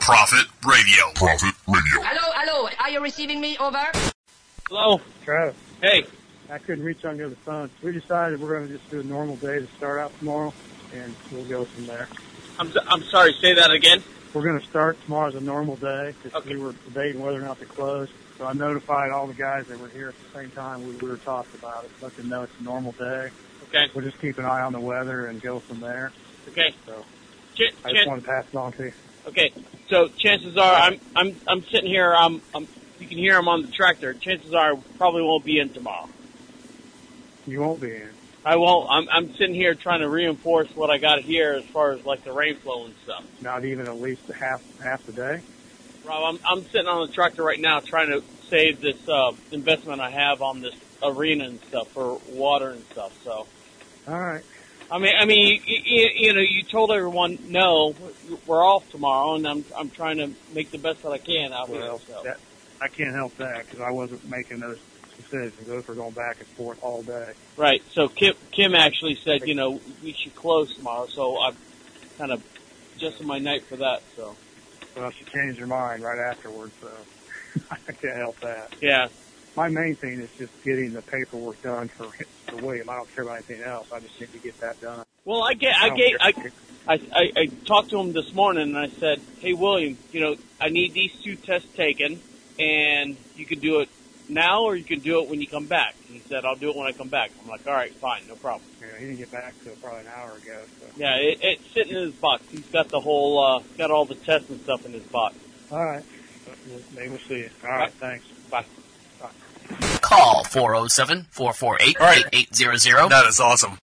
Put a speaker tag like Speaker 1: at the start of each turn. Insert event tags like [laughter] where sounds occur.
Speaker 1: Profit Radio. Profit Radio.
Speaker 2: Hello, hello. Are you receiving me? Over.
Speaker 3: Hello.
Speaker 4: Travis,
Speaker 3: Hey.
Speaker 4: I couldn't reach on the other phone. We decided we're going to just do a normal day to start out tomorrow, and we'll go from there.
Speaker 3: I'm so- I'm sorry. Say that again.
Speaker 4: We're going to start tomorrow as a normal day because
Speaker 3: Okay.
Speaker 4: we were debating whether or not to close. So I notified all the guys that were here at the same time we, we were talking about it, let them know it's a normal day.
Speaker 3: Okay.
Speaker 4: We'll just keep an eye on the weather and go from there.
Speaker 3: Okay.
Speaker 4: So
Speaker 3: Ch-
Speaker 4: I
Speaker 3: chan-
Speaker 4: just want to pass it on to you.
Speaker 3: okay. So chances are I'm I'm I'm sitting here. I'm, I'm you can hear I'm on the tractor. Chances are I probably won't be in tomorrow.
Speaker 4: You won't be in.
Speaker 3: I won't. I'm I'm sitting here trying to reinforce what I got here as far as like the rain flow and stuff.
Speaker 4: Not even at least half half the day.
Speaker 3: Rob, I'm I'm sitting on the tractor right now trying to save this uh, investment I have on this arena and stuff for water and stuff. So.
Speaker 4: All right.
Speaker 3: I mean, I mean, you, you, you know, you told everyone no, we're off tomorrow, and I'm I'm trying to make the best that I can out
Speaker 4: Well,
Speaker 3: here. So.
Speaker 4: that, I can't help that because I wasn't making those decisions. Those were going back and forth all day.
Speaker 3: Right. So Kim Kim actually said, you know, we should close tomorrow. So I'm kind of adjusting my night for that. So
Speaker 4: Well, she changed her mind right afterwards, so [laughs] I can't help that.
Speaker 3: yeah,
Speaker 4: My main thing is just getting the paperwork done for, for William. I don't care about anything else. I just need to get that done.
Speaker 3: Well, I get, I
Speaker 4: don't
Speaker 3: get, I,
Speaker 4: care.
Speaker 3: I, I, I talked to him this morning, and I said, "Hey, William, you know, I need these two tests taken, and you can do it now, or you can do it when you come back." He said, "I'll do it when I come back." I'm like, "All right, fine, no problem."
Speaker 4: You know, he didn't get back till probably an hour ago. So.
Speaker 3: Yeah, it, it's sitting in his box. He's got the whole, uh, got all the tests and stuff in his box.
Speaker 4: All right. Maybe we'll see you. All
Speaker 3: Uh,
Speaker 4: right. Thanks.
Speaker 3: Bye.
Speaker 1: That is awesome.